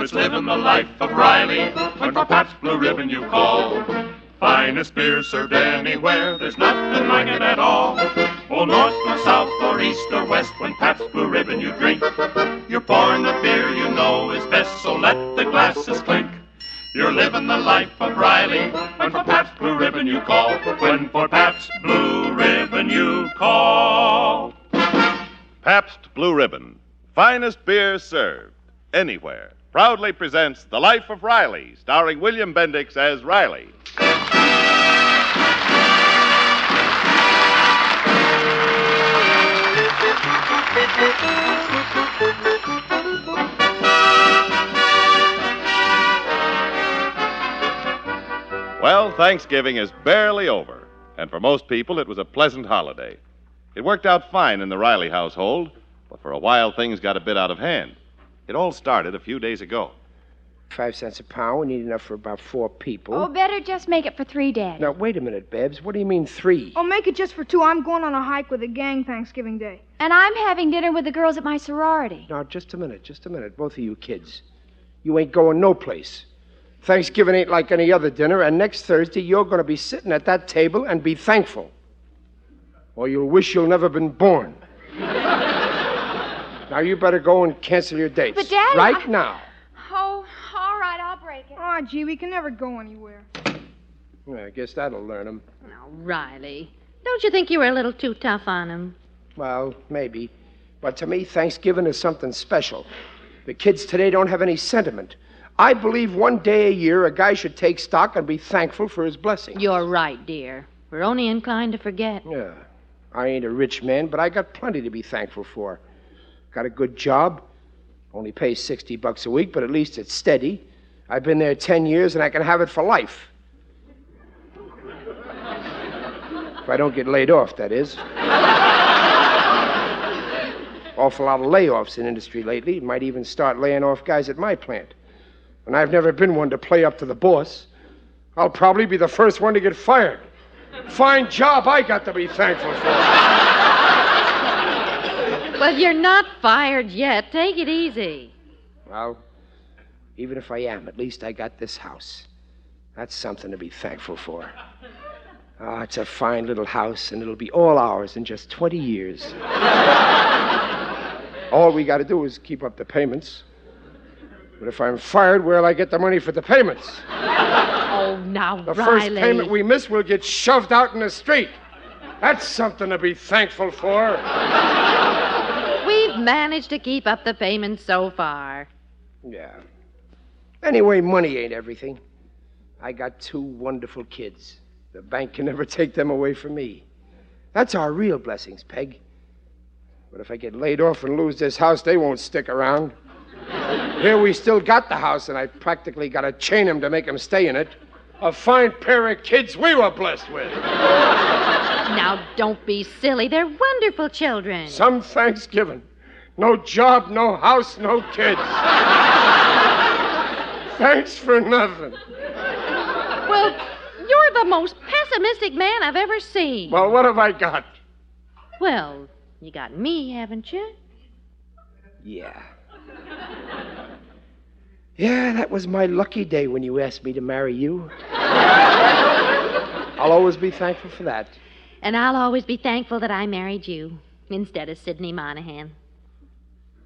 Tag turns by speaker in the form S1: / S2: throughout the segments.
S1: Just Oh, living the life of Riley when for Pabst Blue Ribbon you call. Finest beer served anywhere, there's nothing like it at all. Oh, north or south or east or west, when Pabst Blue Ribbon you drink, you're pouring the beer you know is best, so let the glasses clink. You're living the life of Riley when for Pabst Blue Ribbon you call. When for Pabst Blue Ribbon you call.
S2: Pabst Blue Ribbon, finest beer served anywhere, proudly presents The Life of Riley, starring William Bendix as Riley. Well, Thanksgiving is barely over, and for most people, it was a pleasant holiday. It worked out fine in the Riley household, but for a while, things got a bit out of hand. It all started a few days ago.
S3: Five cents a pound. We need enough for about four people.
S4: Oh, better just make it for three, Dad.
S3: Now, wait a minute, Babs. What do you mean three?
S5: Oh, make it just for two. I'm going on a hike with the gang Thanksgiving Day.
S4: And I'm having dinner with the girls at my sorority.
S3: Now, just a minute, just a minute. Both of you kids. You ain't going no place. Thanksgiving ain't like any other dinner, and next Thursday you're going to be sitting at that table and be thankful. Or you'll wish you'll never been born. now you better go and cancel your dates.
S4: But, Daddy,
S3: right
S4: I-
S3: now.
S4: Oh, all right, I'll break it.
S5: Aw, gee, we can never go anywhere.
S3: Yeah, I guess that'll learn 'em.
S6: Now, Riley, don't you think you were a little too tough on him?
S3: Well, maybe. But to me, Thanksgiving is something special. The kids today don't have any sentiment. I believe one day a year a guy should take stock and be thankful for his blessings.
S6: You're right, dear. We're only inclined to forget.
S3: Yeah. I ain't a rich man, but I got plenty to be thankful for. Got a good job. Only pays 60 bucks a week, but at least it's steady. I've been there 10 years and I can have it for life. if I don't get laid off, that is. Awful lot of layoffs in industry lately. Might even start laying off guys at my plant. And I've never been one to play up to the boss. I'll probably be the first one to get fired. Fine job I got to be thankful for.
S6: Well, you're not fired yet. Take it easy.
S3: Well, even if I am, at least I got this house. That's something to be thankful for. Ah, it's a fine little house, and it'll be all ours in just 20 years. all we got to do is keep up the payments. But if I'm fired, where'll I get the money for the payments?
S6: Oh, now,
S3: The
S6: Riley.
S3: first payment we miss, we'll get shoved out in the street. That's something to be thankful for.
S6: We've managed to keep up the payments so far.
S3: Yeah. Anyway, money ain't everything. I got two wonderful kids. The bank can never take them away from me. That's our real blessings, Peg. But if I get laid off and lose this house, they won't stick around. Here we still got the house, and I practically got to chain 'em to make 'em stay in it. A fine pair of kids we were blessed with.
S6: Now, don't be silly. They're wonderful children.
S3: Some Thanksgiving. No job, no house, no kids. Thanks for nothing.
S6: Well, you're the most pessimistic man I've ever seen.
S3: Well, what have I got?
S6: Well, you got me, haven't you?
S3: Yeah. Yeah, that was my lucky day when you asked me to marry you. I'll always be thankful for that.
S6: And I'll always be thankful that I married you instead of Sidney Monahan.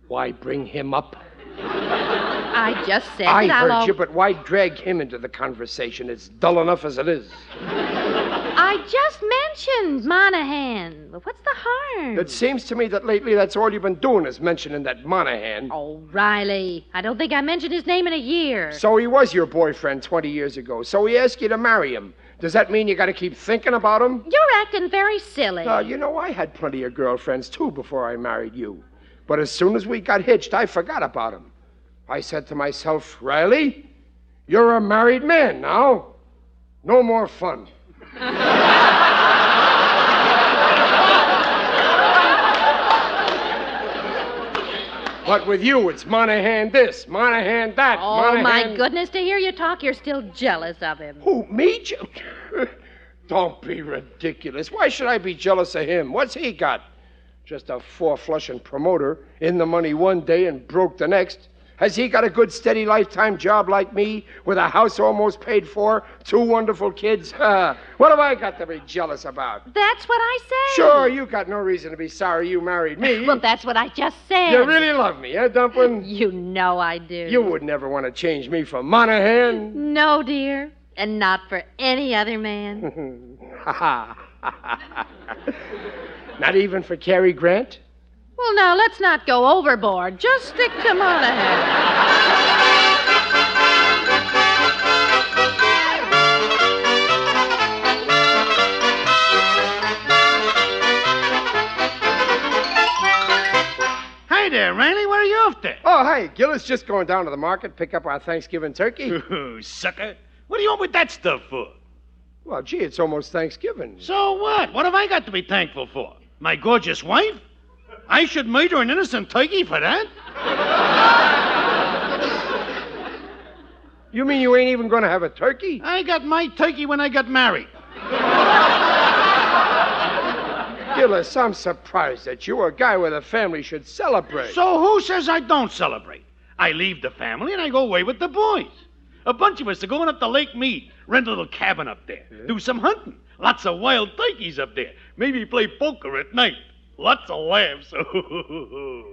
S3: Why bring him up?
S6: I just said
S3: I
S6: that I'll
S3: heard
S6: al-
S3: you, but why drag him into the conversation? It's dull enough as it is.
S6: I just mentioned Monahan. Well, What's the harm?
S3: It seems to me that lately that's all you've been doing is mentioning that Monahan.
S6: Oh, Riley, I don't think I mentioned his name in a year.
S3: So he was your boyfriend 20 years ago, so he asked you to marry him. Does that mean you gotta keep thinking about him?
S6: You're acting very silly.
S3: Now, you know, I had plenty of girlfriends, too, before I married you. But as soon as we got hitched, I forgot about them. I said to myself, Riley, you're a married man now. No more fun. but with you, it's Monahan this, Monahan that.
S6: oh,
S3: Monahan...
S6: my goodness, to hear you talk, you're still jealous of him.
S3: Who, me? Je- Oh, Don't be ridiculous. Why should I be jealous of him? What's he got? Just a four flushing promoter, in the money one day and broke the next. Has he got a good, steady lifetime job like me, with a house almost paid for, two wonderful kids? what have I got to be jealous about?
S6: That's what I said.
S3: Sure, you got no reason to be sorry you married me.
S6: Well, that's what I just said.
S3: you really love me, eh, Dumplin'?
S6: You know I do.
S3: You would never want to change me for Monahan.
S6: No, dear. And not for any other man.
S3: Not even for Cary Grant?
S6: well, now, let's not go overboard. Just stick to Monahan.
S7: Hey there, Riley. Where are you off to?
S3: Oh, hey, Gillis just going down to the market, pick up our Thanksgiving turkey.
S7: Oh, sucker. What do you want with that stuff for?
S3: well, gee, it's almost Thanksgiving.
S7: So what? What have I got to be thankful for? My gorgeous wife? I should murder an innocent turkey for that?
S3: You mean you ain't even going to have a turkey?
S7: I got my turkey when I got married.
S3: Gillis, I'm surprised that you, a guy with a family, should celebrate.
S7: So who says I don't celebrate? I leave the family and I go away with the boys. A bunch of us are going up to Lake Mead, rent a little cabin up there, do some hunting. Lots of wild turkeys up there. Maybe play poker at night. Lots of laughs. oh,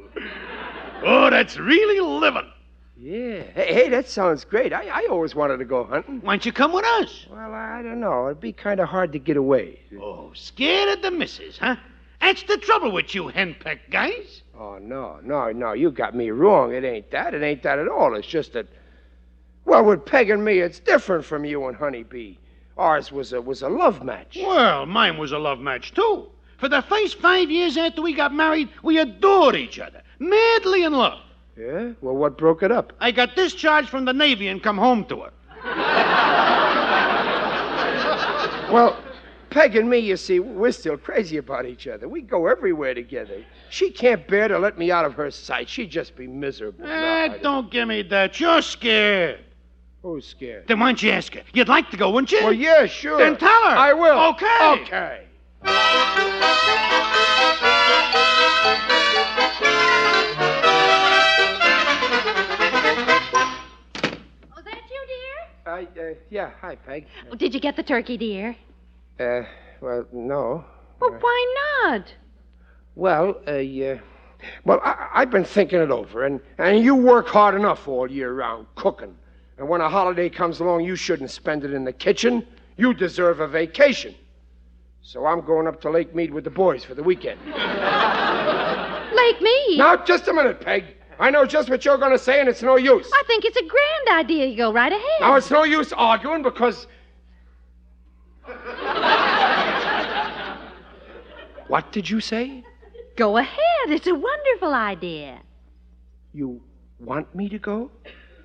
S7: that's really living.
S3: yeah. Hey, hey, that sounds great. I, I always wanted to go hunting.
S7: Why don't you come with us?
S3: Well, I don't know. It'd be kind of hard to get away.
S7: Oh, scared of the missus, huh? That's the trouble with you henpecked guys.
S3: Oh, no, no, no. You got me wrong. It ain't that. It ain't that at all. It's just that, well, with Peg and me, it's different from you and Honeybee. Ours was a, was a love match.
S7: Well, mine was a love match, too. For the first five years after we got married, we adored each other, madly in love.
S3: Yeah? Well, what broke it up?
S7: I got discharged from the Navy and come home to her.
S3: Well, Peg and me, you see, we're still crazy about each other. We go everywhere together. She can't bear to let me out of her sight. She'd just be miserable. No, I
S7: Eh, don't give me that. You're scared.
S3: Who's scared?
S7: Then why don't you ask her? You'd like to go, wouldn't you?
S3: Well, yeah, sure.
S7: Then tell her.
S3: I will.
S7: Okay.
S3: Okay.
S6: Was Oh, that you, dear?
S3: I, uh, yeah, hi, Peg.
S6: Did you get the turkey, dear?
S3: Uh, well, no.
S6: Well, why not?
S3: Well, uh, yeah. Well, I, I've been thinking it over, and, and you work hard enough all year round cooking. And when a holiday comes along, you shouldn't spend it in the kitchen. You deserve a vacation. So I'm going up to Lake Mead with the boys for the weekend.
S6: Lake me.
S3: Now, just a minute, Peg. I know just what you're going to say, and it's no use.
S6: I think it's a grand idea. You go right ahead.
S3: Now, it's no use arguing because. what did you say?
S6: Go ahead. It's a wonderful idea.
S3: You want me to go?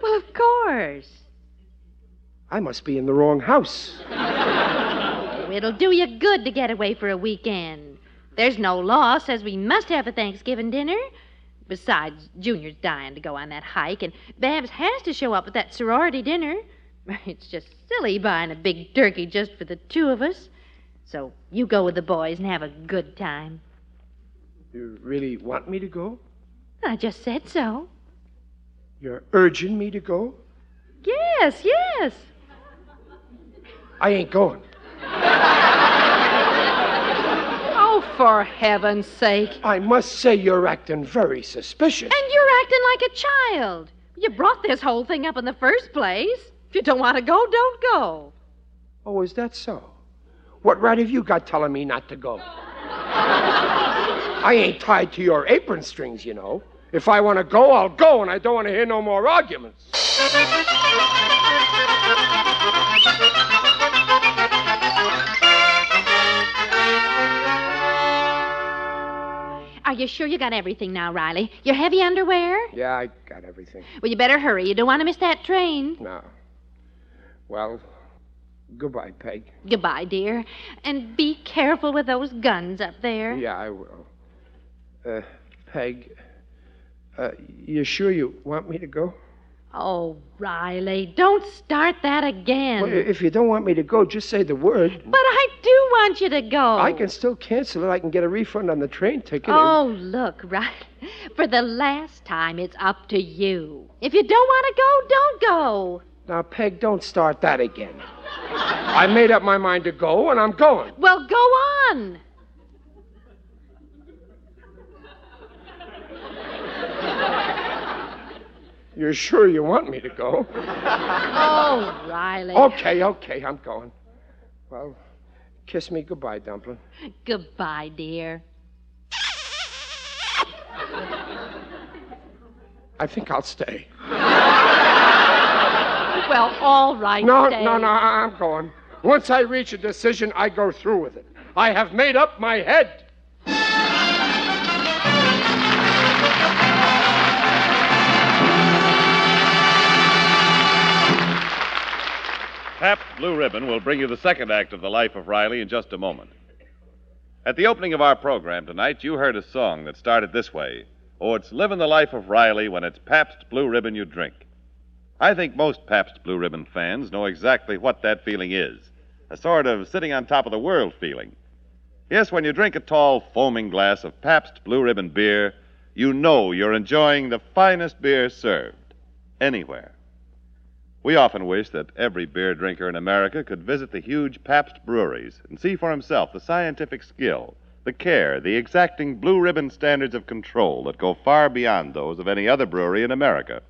S6: Well, of course.
S3: I must be in the wrong house.
S6: Oh, It'll do you good to get away for a weekend. There's no law says we must have a Thanksgiving dinner. Besides, Junior's dying to go on that hike, and Babs has to show up at that sorority dinner. It's just silly buying a big turkey just for the two of us. So you go with the boys and have a good time.
S3: You really want me to go?
S6: I just said so.
S3: You're urging me to go?
S6: Yes, yes.
S3: I ain't going.
S6: Oh, for heaven's sake.
S3: I must say you're acting very suspicious.
S6: And you're acting like a child. You brought this whole thing up in the first place. If you don't want to go, don't go.
S3: Oh, is that so? What right have you got telling me not to go? I ain't tied to your apron strings, you know. If I want to go, I'll go, and I don't want to hear no more arguments.
S6: Are you sure you got everything now, Riley? Your heavy underwear?
S3: Yeah, I got everything.
S6: Well, you better hurry. You don't want to miss that train.
S3: Now, well, goodbye, Peg.
S6: Goodbye, dear. And be careful with those guns up there.
S3: Yeah, I will. Uh, Peg, uh, you sure you want me to go?
S6: Oh, Riley, don't start that again.
S3: Well, if you don't want me to go, just say the word.
S6: But I do want you to go.
S3: I can still cancel it. I can get a refund on the train ticket.
S6: Oh, look, Riley. For the last time, it's up to you. If you don't want to go, don't go.
S3: Now, Peg, don't start that again. I made up my mind to go, and I'm going.
S6: Well, go on.
S3: You're sure you want me to go?
S6: Oh, Riley.
S3: Okay, okay, I'm going. Well, kiss me goodbye, Dumpling.
S6: Goodbye, dear.
S3: I think I'll stay.
S6: Well, all right,
S3: No,
S6: Dave.
S3: no, no, I- I'm going. Once I reach a decision, I go through with it. I have made up my head.
S2: Pabst Blue Ribbon will bring you the second act of The Life of Riley in just a moment. At the opening of our program tonight, you heard a song that started this way Oh, it's living the life of Riley when it's Pabst Blue Ribbon you drink. I think most Pabst Blue Ribbon fans know exactly what that feeling is a sort of sitting on top of the world feeling. Yes, when you drink a tall, foaming glass of Pabst Blue Ribbon beer, you know you're enjoying the finest beer served anywhere. We often wish that every beer drinker in America could visit the huge Pabst breweries and see for himself the scientific skill, the care, the exacting blue ribbon standards of control that go far beyond those of any other brewery in America.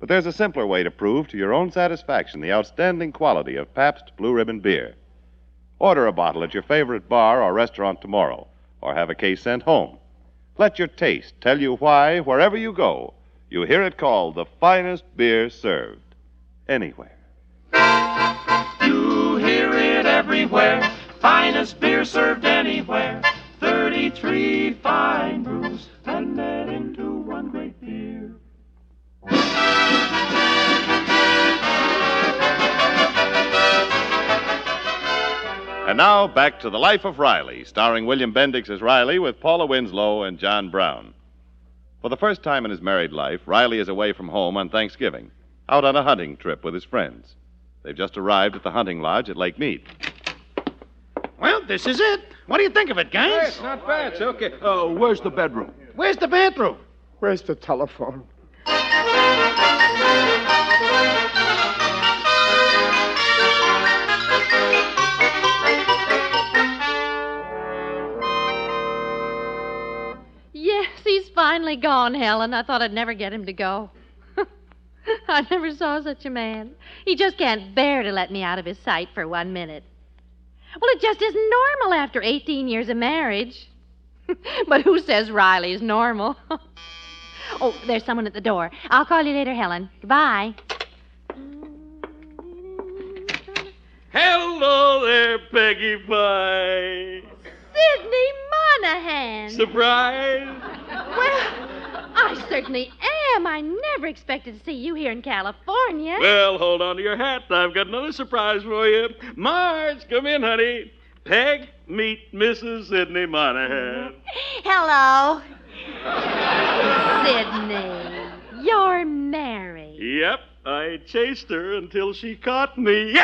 S2: But there's a simpler way to prove to your own satisfaction the outstanding quality of Pabst Blue Ribbon beer. Order a bottle at your favorite bar or restaurant tomorrow, or have a case sent home. Let your taste tell you why, wherever you go, you hear it called the finest beer served anywhere.
S1: You hear it everywhere. Finest beer served anywhere. 33 fine brews, and that into one great beer.
S2: And now back to The Life of Riley, starring William Bendix as Riley with Paula Winslow and John Brown. For the first time in his married life, Riley is away from home on Thanksgiving, out on a hunting trip with his friends. They've just arrived at the hunting lodge at Lake Mead.
S7: Well, this is it. What do you think of it, guys?
S8: not bad. It's okay. Uh, where's the bedroom?
S7: Where's the bathroom?
S3: Where's the telephone?
S6: Yes, he's finally gone, Helen. I thought I'd never get him to go. I never saw such a man. He just can't bear to let me out of his sight for one minute. Well, it just isn't normal after 18 years of marriage. but who says Riley's normal? oh, there's someone at the door. I'll call you later, Helen. Goodbye.
S7: Hello there, Peggy Pie.
S6: Sidney Monahan.
S7: Surprise?
S6: well, I certainly am. I never expected to see you here in California.
S7: Well, hold on to your hat. I've got another surprise for you. Marge, come in, honey. Peg, meet Mrs. Sidney Monahan.
S6: Hello. Sydney, you're married.
S7: Yep, I chased her until she caught me.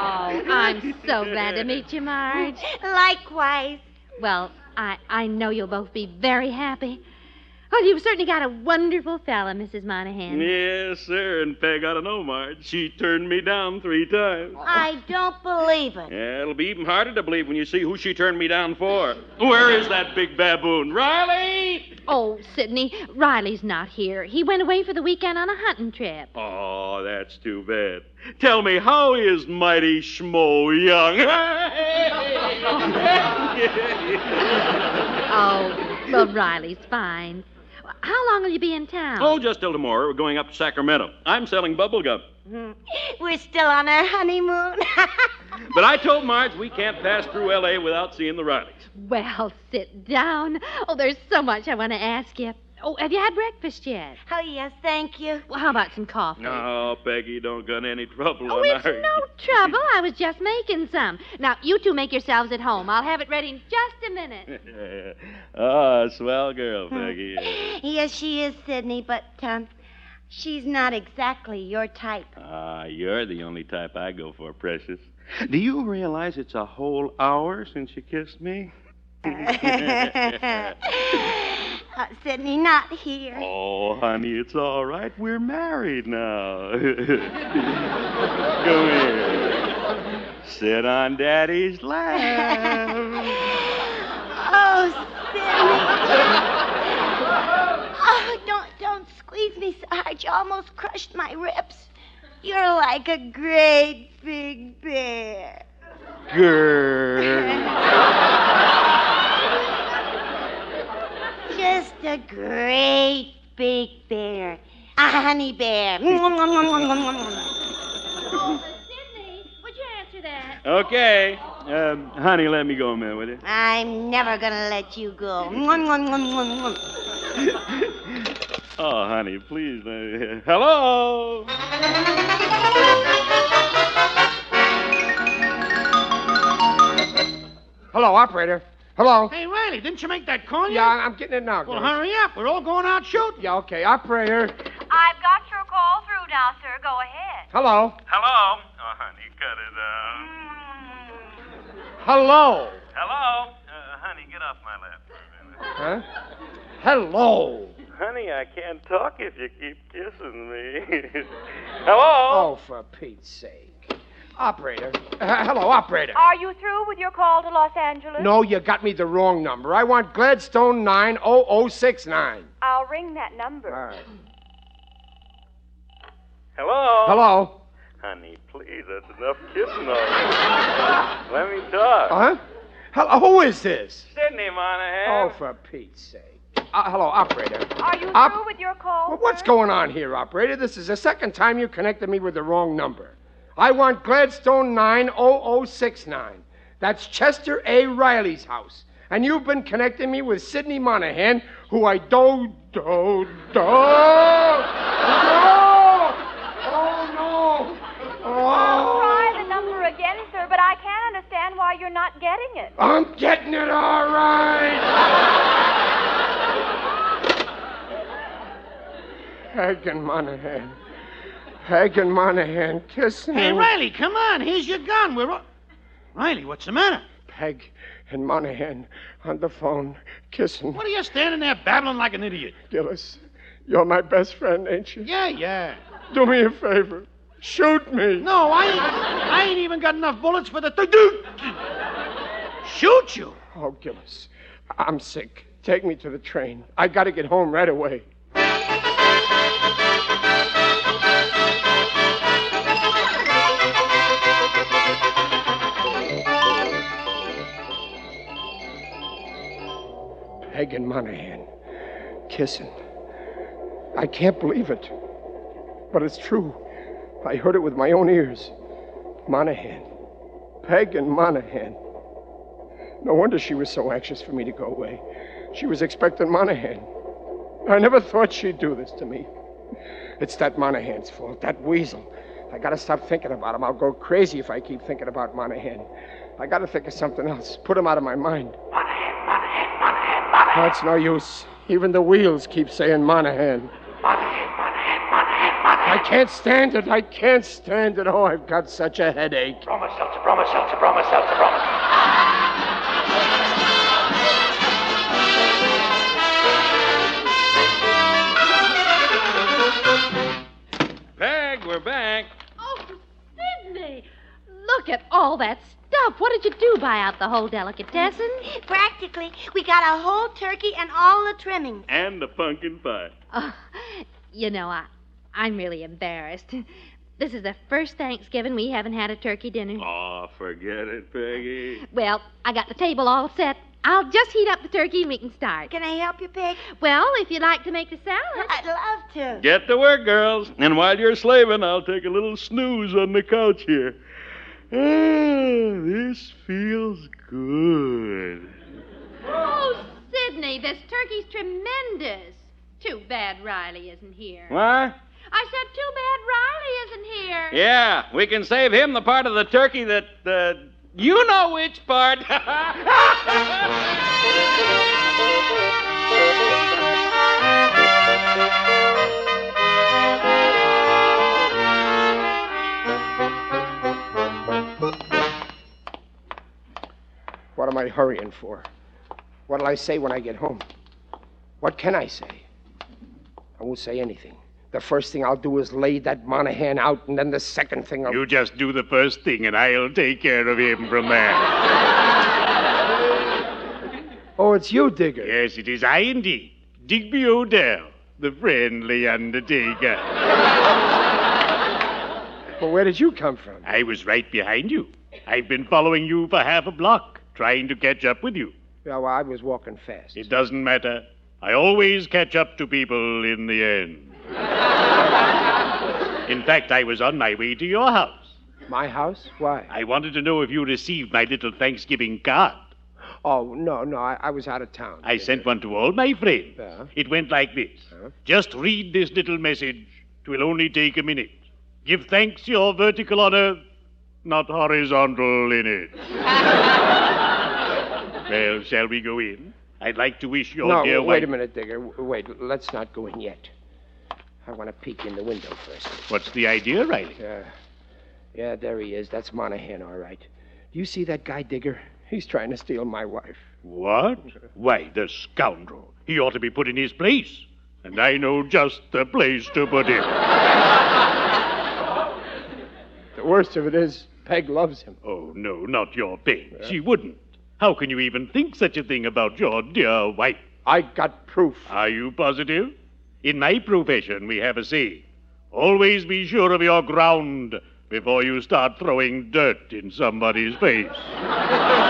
S6: Oh, I'm so glad to meet you, Marge.
S9: Likewise.
S6: Well, I, I know you'll both be very happy. Well, you've certainly got a wonderful fella, Mrs. Monahan.
S7: yes, sir. And Peg, I don't know, Marge. She turned me down three times.
S9: I don't believe it.
S7: Yeah, it'll be even harder to believe when you see who she turned me down for. Where is that big baboon? Riley!
S6: Oh, Sydney, Riley's not here. He went away for the weekend on a hunting trip.
S7: Oh, that's too bad. Tell me, how is mighty Schmo Young?
S6: Oh, well, Riley's fine. How long will you be in town?
S7: oh, just till tomorrow. We're going up to Sacramento. I'm selling bubblegum.
S9: We're still on our honeymoon.
S7: But I told Marge we can't pass through L.A. without seeing the Rileys.
S6: Well, sit down. Oh, there's so much I want to ask you. Oh, have you had breakfast yet?
S9: Oh, yes, thank you.
S6: Well, how about some coffee?
S10: No, Oh, Peggy, don't got any trouble
S6: Oh,
S10: on
S6: it's
S10: our.
S6: no trouble. I was just making some. Now, you two make yourselves at home. I'll have it ready in just a minute.
S10: Ah, swell
S6: Oh.
S10: girl, Peggy.
S9: Yes, she is, Sydney, but um, she's not exactly your type.
S10: Ah, you're the only type I go for, precious. Do you realize it's a whole hour since you kissed me?
S9: Uh, Sydney, not here.
S10: oh, honey, it's all right. We're married now. Come here. Sit on Daddy's lap.
S9: Oh, Sydney. Oh, don't don't squeeze me so hard. You almost crushed my ribs. You're like a great big bear.
S10: Girl.
S9: Just a great big bear. A honey bear.
S6: Would you answer that?
S10: Okay. Um, honey, let me go a minute, will you?
S9: I'm never gonna let you go.
S10: Oh, honey, please. uh, hello.
S3: Hello, operator. Hello.
S7: Hey, Riley, didn't you make that call
S3: Yeah, I'm getting it now.
S7: Well,
S3: Grace.
S7: hurry up. We're all going out shooting.
S3: Yeah, okay. Operator.
S11: I've got your call through now, sir. Go ahead.
S3: Hello.
S11: Hello? Oh, honey, cut it out. Mm.
S3: Hello.
S10: Hello? Uh, honey, get off my lap for a minute.
S3: Huh? Hello.
S10: Honey, I can't talk if you keep kissing me. Hello?
S3: Oh, for Pete's sake. Operator. Uh, hello, operator.
S11: Are you through with your call to Los Angeles?
S3: No, you got me the wrong number. I want Gladstone 90069.
S11: I'll ring that number.
S10: Hello?
S3: Hello.
S10: Honey, please, that's enough kissing already. Let me talk.
S3: Huh? Hello, who is this?
S10: Sydney Monahan.
S3: Oh, for Pete's sake. Uh, hello, operator.
S11: Are you
S3: Op-
S11: through with your call?
S3: Well, what's going on here, operator? This is the second time you connected me with the wrong number. I want Gladstone 90069. That's Chester A. Riley's house. And you've been connecting me with Sidney Monahan, who I do, do, do. Oh, no.
S11: I'll
S3: Oh,
S11: try the number again, sir, but I can't understand why you're not getting it.
S3: I'm getting it all right. Hagen Monahan. Hagen Monahan kissing
S7: Hey,
S3: her.
S7: Riley, come on. Here's your gun. We're all... Riley, what's the matter?
S3: Peg and Monahan on the phone kissing.
S7: What are you standing there babbling like an idiot?
S3: Gillis, you're my best friend, ain't you?
S7: Yeah, yeah.
S3: Do me a favor. Shoot me.
S7: No, I ain't, I ain't even got enough bullets for the. Dude! Shoot you.
S3: Oh, Gillis, I- I'm sick. Take me to the train. I gotta get home right away. Peg and Monahan kissing. I can't believe it. But it's true. I heard it with my own ears. Monahan. Peg and Monahan. No wonder she was so anxious for me to go away. She was expecting Monahan. I never thought she'd do this to me. It's that Monahan's fault, that weasel. I gotta stop thinking about him. I'll go crazy if I keep thinking about Monahan. I gotta think of something else. Put him out of my mind. Monahan, Monahan, Monahan, Monahan. That's no use. Even the wheels keep saying Monahan. I can't stand it. I can't stand it. Oh, I've got such a headache.
S1: Broma seltzer, broma seltzer, broma seltzer, broma.
S10: Peg, we're back.
S6: Oh, Sydney! Look at all that stuff. What did you do? Buy out the whole delicatessen?
S9: Practically, we got a whole turkey and all the trimmings.
S10: And the pumpkin pie.
S6: Oh, you know, I, I'm really embarrassed. This is the first Thanksgiving we haven't had a turkey dinner.
S10: Oh, forget it, Peggy.
S6: Well, I got the table all set. I'll just heat up the turkey and we can start.
S9: Can I help you, Peg?
S6: Well, if you'd like to make the salad.
S9: I'd love to.
S10: Get to work, girls. And while you're slaving, I'll take a little snooze on the couch here. Ah, this feels good.
S6: Oh, Sydney, this turkey's tremendous. Too bad Riley isn't here.
S12: What?
S6: I said, too bad Riley isn't here.
S12: Yeah, we can save him the part of the turkey that, uh, you know which part.
S3: What am I hurrying for? What'll I say when I get home? What can I say? I won't say anything. The first thing I'll do is lay that Monahan out, and then the second thing I'll.
S7: You just do the first thing, and I'll take care of him from there.
S3: Oh, it's you, Digger.
S7: Yes, it is I indeed. Digby Odell, the friendly undertaker.
S3: Well, where did you come from?
S7: I was right behind you. I've been following you for half a block, trying to catch up with you.
S3: Yeah, well, I was walking fast.
S7: It doesn't matter. I always catch up to people in the end. in fact, I was on my way to your house.
S3: My house? Why?
S7: I wanted to know if you received my little Thanksgiving card.
S3: Oh, no, no, I, I was out of town.
S7: I sent one to all my friends.
S3: Yeah.
S7: It went like this
S3: Uh-huh.
S7: Just read this little message. Twill only take a minute. Give thanks you're vertical on earth, not horizontal in it. well, shall we go in? I'd like to wish your
S3: no,
S7: dear
S3: wait
S7: wife.
S3: a minute, Digger. W- Wait, l- let's not go in yet. I want to peek in the window first.
S7: What's the idea, Riley?
S3: Yeah. uh, Yeah, there he is. That's Monahan, all right. Do you see that guy, Digger? He's trying to steal my wife.
S7: What? Why, the scoundrel. He ought to be put in his place. And I know just the place to put him.
S3: The worst of it is, Peg loves him.
S7: Oh, no, not your Peg. She wouldn't. How can you even think such a thing about your dear wife?
S3: I got proof.
S7: Are you positive? In my profession, we have a saying always be sure of your ground before you start throwing dirt in somebody's face.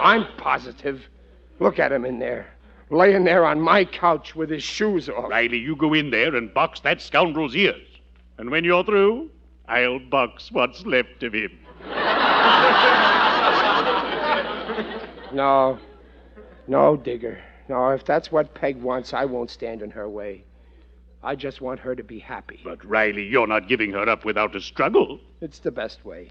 S3: I'm positive. Look at him in there, laying there on my couch with his shoes off.
S7: Riley, you go in there and box that scoundrel's ears. And when you're through, I'll box what's left of him.
S3: No. No, Digger. No, if that's what Peg wants, I won't stand in her way. I just want her to be happy.
S7: But, Riley, you're not giving her up without a struggle.
S3: It's the best way.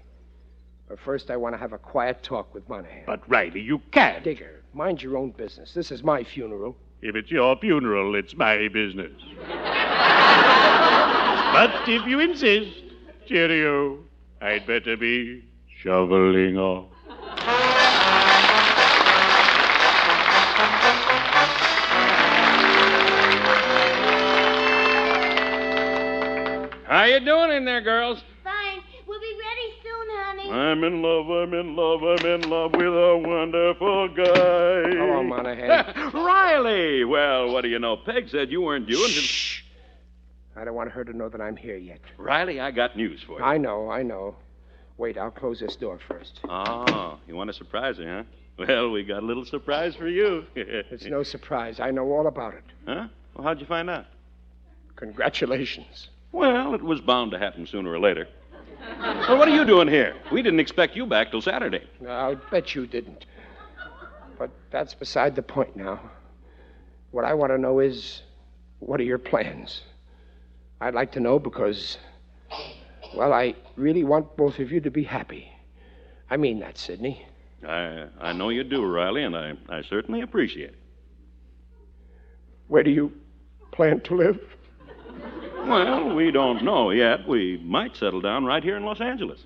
S3: But first, I want to have a quiet talk with Monahan.
S7: But, Riley, you can't.
S3: Digger, mind your own business. This is my funeral.
S7: If it's your funeral, it's my business. but if you insist, cheerio. I'd better be shoveling off.
S12: How you doing in there, girls?
S9: Fine. We'll be ready soon, honey.
S2: I'm in love, I'm in love, I'm in love with a wonderful guy. Hello,
S3: Monahan.
S2: Riley! Well, what do you know? Peg said you weren't due until. Shh!
S3: I don't want her to know that I'm here yet.
S2: Riley, I got news for you.
S3: I know, I know. Wait, I'll close this door first.
S2: Oh, you want to surprise her, huh? Well, we got a little surprise for you.
S3: It's no surprise. I know all about it.
S2: Huh? Well, how'd you find out?
S3: Congratulations.
S2: Well, it was bound to happen sooner or later. Well, what are you doing here? We didn't expect you back till Saturday.
S3: I'll bet you didn't. But that's beside the point now. What I want to know is what are your plans? I'd like to know because, well, I really want both of you to be happy. I mean that, Sidney.
S2: I, I know you do, Riley, and I, I certainly appreciate it.
S3: Where do you plan to live?
S2: Well, we don't know yet. We might settle down right here in Los Angeles.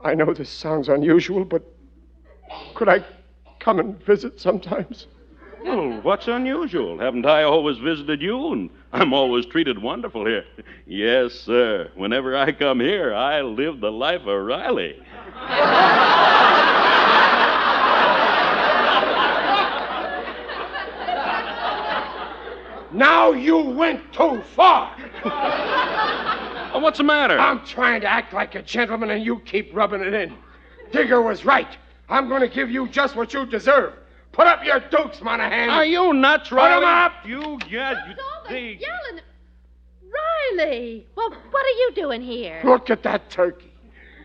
S3: I know this sounds unusual, but could I come and visit sometimes?
S2: Well, Oh, what's unusual? Haven't I always visited you, and I'm always treated wonderful here? Yes, sir. Whenever I come here, I live the life of Riley.
S3: Now you went too far.
S2: Uh, what's the matter?
S3: I'm trying to act like a gentleman and you keep rubbing it in. Digger was right. I'm going to give you just what you deserve. Put up your dukes, Monahan.
S2: Are you nuts,
S3: Put 'em
S2: Riley?
S3: up.
S2: You, yeah, you.
S6: Yelling. at- Riley! Well, what are you doing here?
S3: Look at that turkey.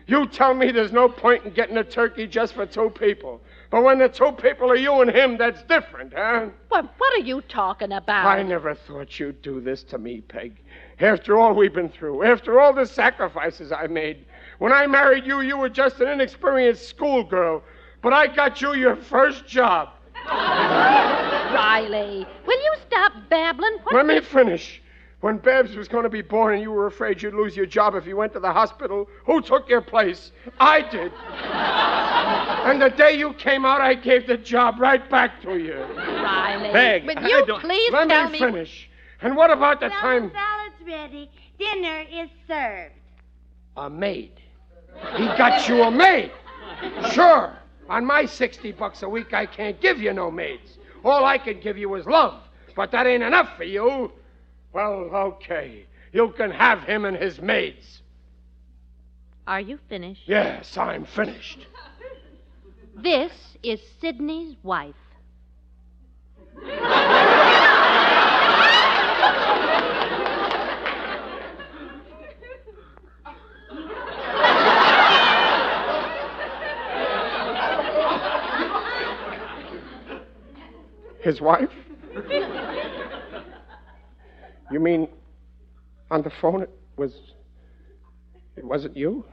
S3: You tell me there's no point in getting a turkey just for two people. But when the two people are you and him, that's different, huh?
S6: What, what are you talking about?
S3: I never thought you'd do this to me, Peg. After all we've been through, after all the sacrifices I made. When I married you, you were just an inexperienced schoolgirl. But I got you your first job.
S6: Riley, will you stop babbling? What
S3: Let me
S6: the-
S3: finish. When Babs was going to be born and you were afraid you'd lose your job if you went to the hospital, who took your place? I did. and the day you came out, I gave the job right back to you.
S6: Riley,
S9: Peg, will I you don't- please
S3: Let
S9: tell
S3: me
S9: me-
S3: finish. And what about the
S9: Well,
S3: time
S9: salad's ready. Dinner is served.
S3: a maid? He got you a maid. Sure. On my 60 bucks a week, I can't give you no maids. All I can give you is love, but that ain't enough for you. Well, okay. You can have him and his maids.
S6: Are you finished?
S3: Yes, I'm finished.
S6: This is Sidney's wife.
S3: His wife? You mean on the phone it was. It wasn't you?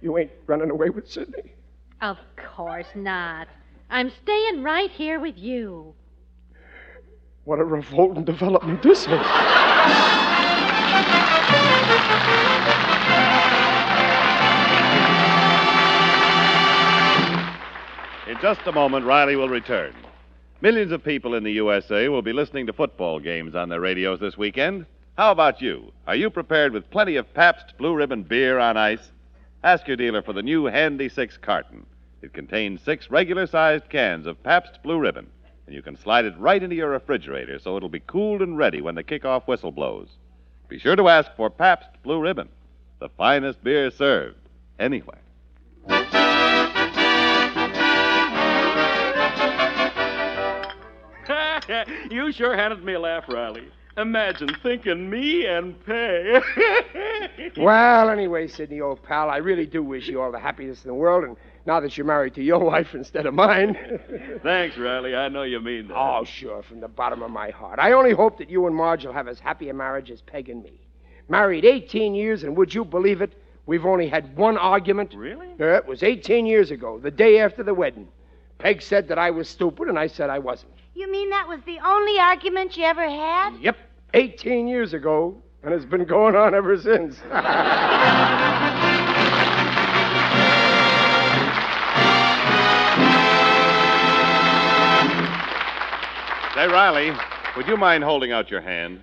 S3: You ain't running away with Sidney?
S6: Of course not. I'm staying right here with you.
S3: What a revolting development this is.
S2: In just a moment, Riley will return. Millions of people in the USA will be listening to football games on their radios this weekend. How about you? Are you prepared with plenty of Pabst Blue Ribbon beer on ice? Ask your dealer for the new Handy Six carton. It contains six regular sized cans of Pabst Blue Ribbon, and you can slide it right into your refrigerator so it'll be cooled and ready when the kickoff whistle blows. Be sure to ask for Pabst Blue Ribbon, the finest beer served anywhere.
S10: you sure handed me a laugh, Riley. Imagine thinking me and Peg.
S3: Well, anyway, Sidney, old pal, I really do wish you all the happiness in the world, and now that you're married to your wife instead of mine.
S10: Thanks, Riley. I know you mean that.
S3: Oh, sure, from the bottom of my heart. I only hope that you and Marge will have as happy a marriage as Peg and me. Married 18 years, and would you believe it? We've only had one argument.
S10: Really?
S3: Yeah, it was 18 years ago, the day after the wedding. Peg said that I was stupid, and I said I wasn't.
S9: You mean that was the only argument you ever had?
S3: Yep, 18 years ago, and it's been going on ever since.
S2: Say, Riley, would you mind holding out your hand?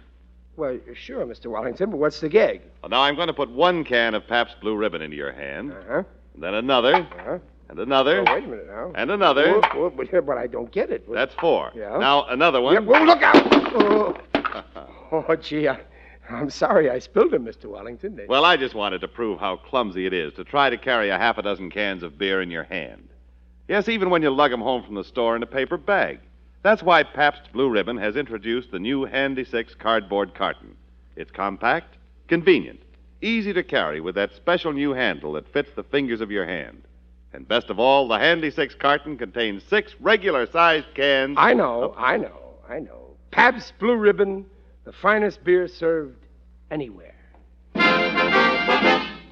S3: well, sure, Mr. Wellington, but what's the gag?
S2: Well, now I'm going to put one can of Pabst Blue Ribbon into your hand.
S3: Uh-huh.
S2: And then another.
S3: Uh-huh.
S2: And another.
S3: Oh, wait a minute now.
S2: And another.
S3: Whoa, whoa, but, but I don't get it.
S2: That's four.
S3: Yeah.
S2: Now another one.
S3: Yeah, whoa, look out! Oh, oh gee, I, I'm sorry I spilled him, Mr. Wellington. They-
S2: Well, I just wanted to prove how clumsy it is to try to carry a half a dozen cans of beer in your hand. Yes, even when you lug 'em home from the store in a paper bag. That's why Pabst Blue Ribbon has introduced the new Handy Six cardboard carton. It's compact, convenient, easy to carry with that special new handle that fits the fingers of your hand. And best of all, the Handy Six carton contains six regular sized cans.
S3: I
S2: oh.
S3: know, I know, I know. Pabst Blue Ribbon, the finest beer served anywhere.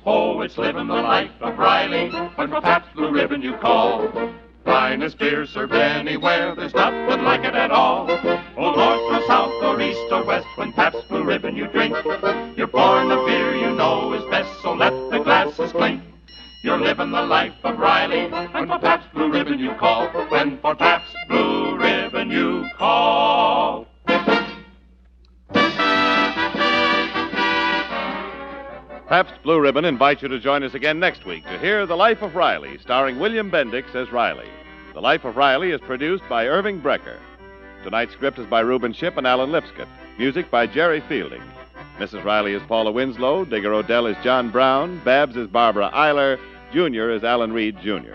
S1: Oh, it's living the life of Riley when for Pabst Blue Ribbon you call. Finest beer served anywhere, there's nothing like it at all. Oh, north or south or east or west, when Pabst Blue Ribbon you drink, you're born the beer you know is best, so let the glasses clink. You're living the life of Riley when for Pabst Blue Ribbon you call. When for Pabst Blue Ribbon you call.
S2: Pabst Blue Ribbon invites you to join us again next week to hear The Life of Riley, starring William Bendix as Riley. The Life of Riley is produced by Irving Brecker. Tonight's script is by Reuben Ship and Alan Lipscott. Music by Jerry Fielding. Mrs. Riley is Paula Winslow. Digger Odell is John Brown. Babs is Barbara Eiler. Junior is Alan Reed Jr.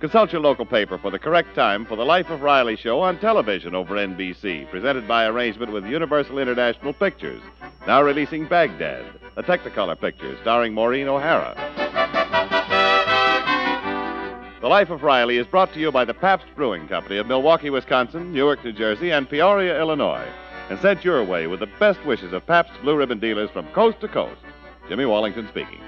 S2: Consult your local paper for the correct time for The Life of Riley show on television over NBC, presented by arrangement with Universal International Pictures, now releasing Baghdad. a Technicolor picture starring Maureen O'Hara. The Life of Riley is brought to you by the Pabst Brewing Company of Milwaukee, Wisconsin, Newark, New Jersey, and Peoria, Illinois, and sent your way with the best wishes of Pabst Blue Ribbon dealers from coast to coast. Jimmy Wallington speaking.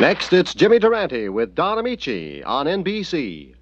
S13: Next, it's Jimmy Durante with Don Amici on NBC.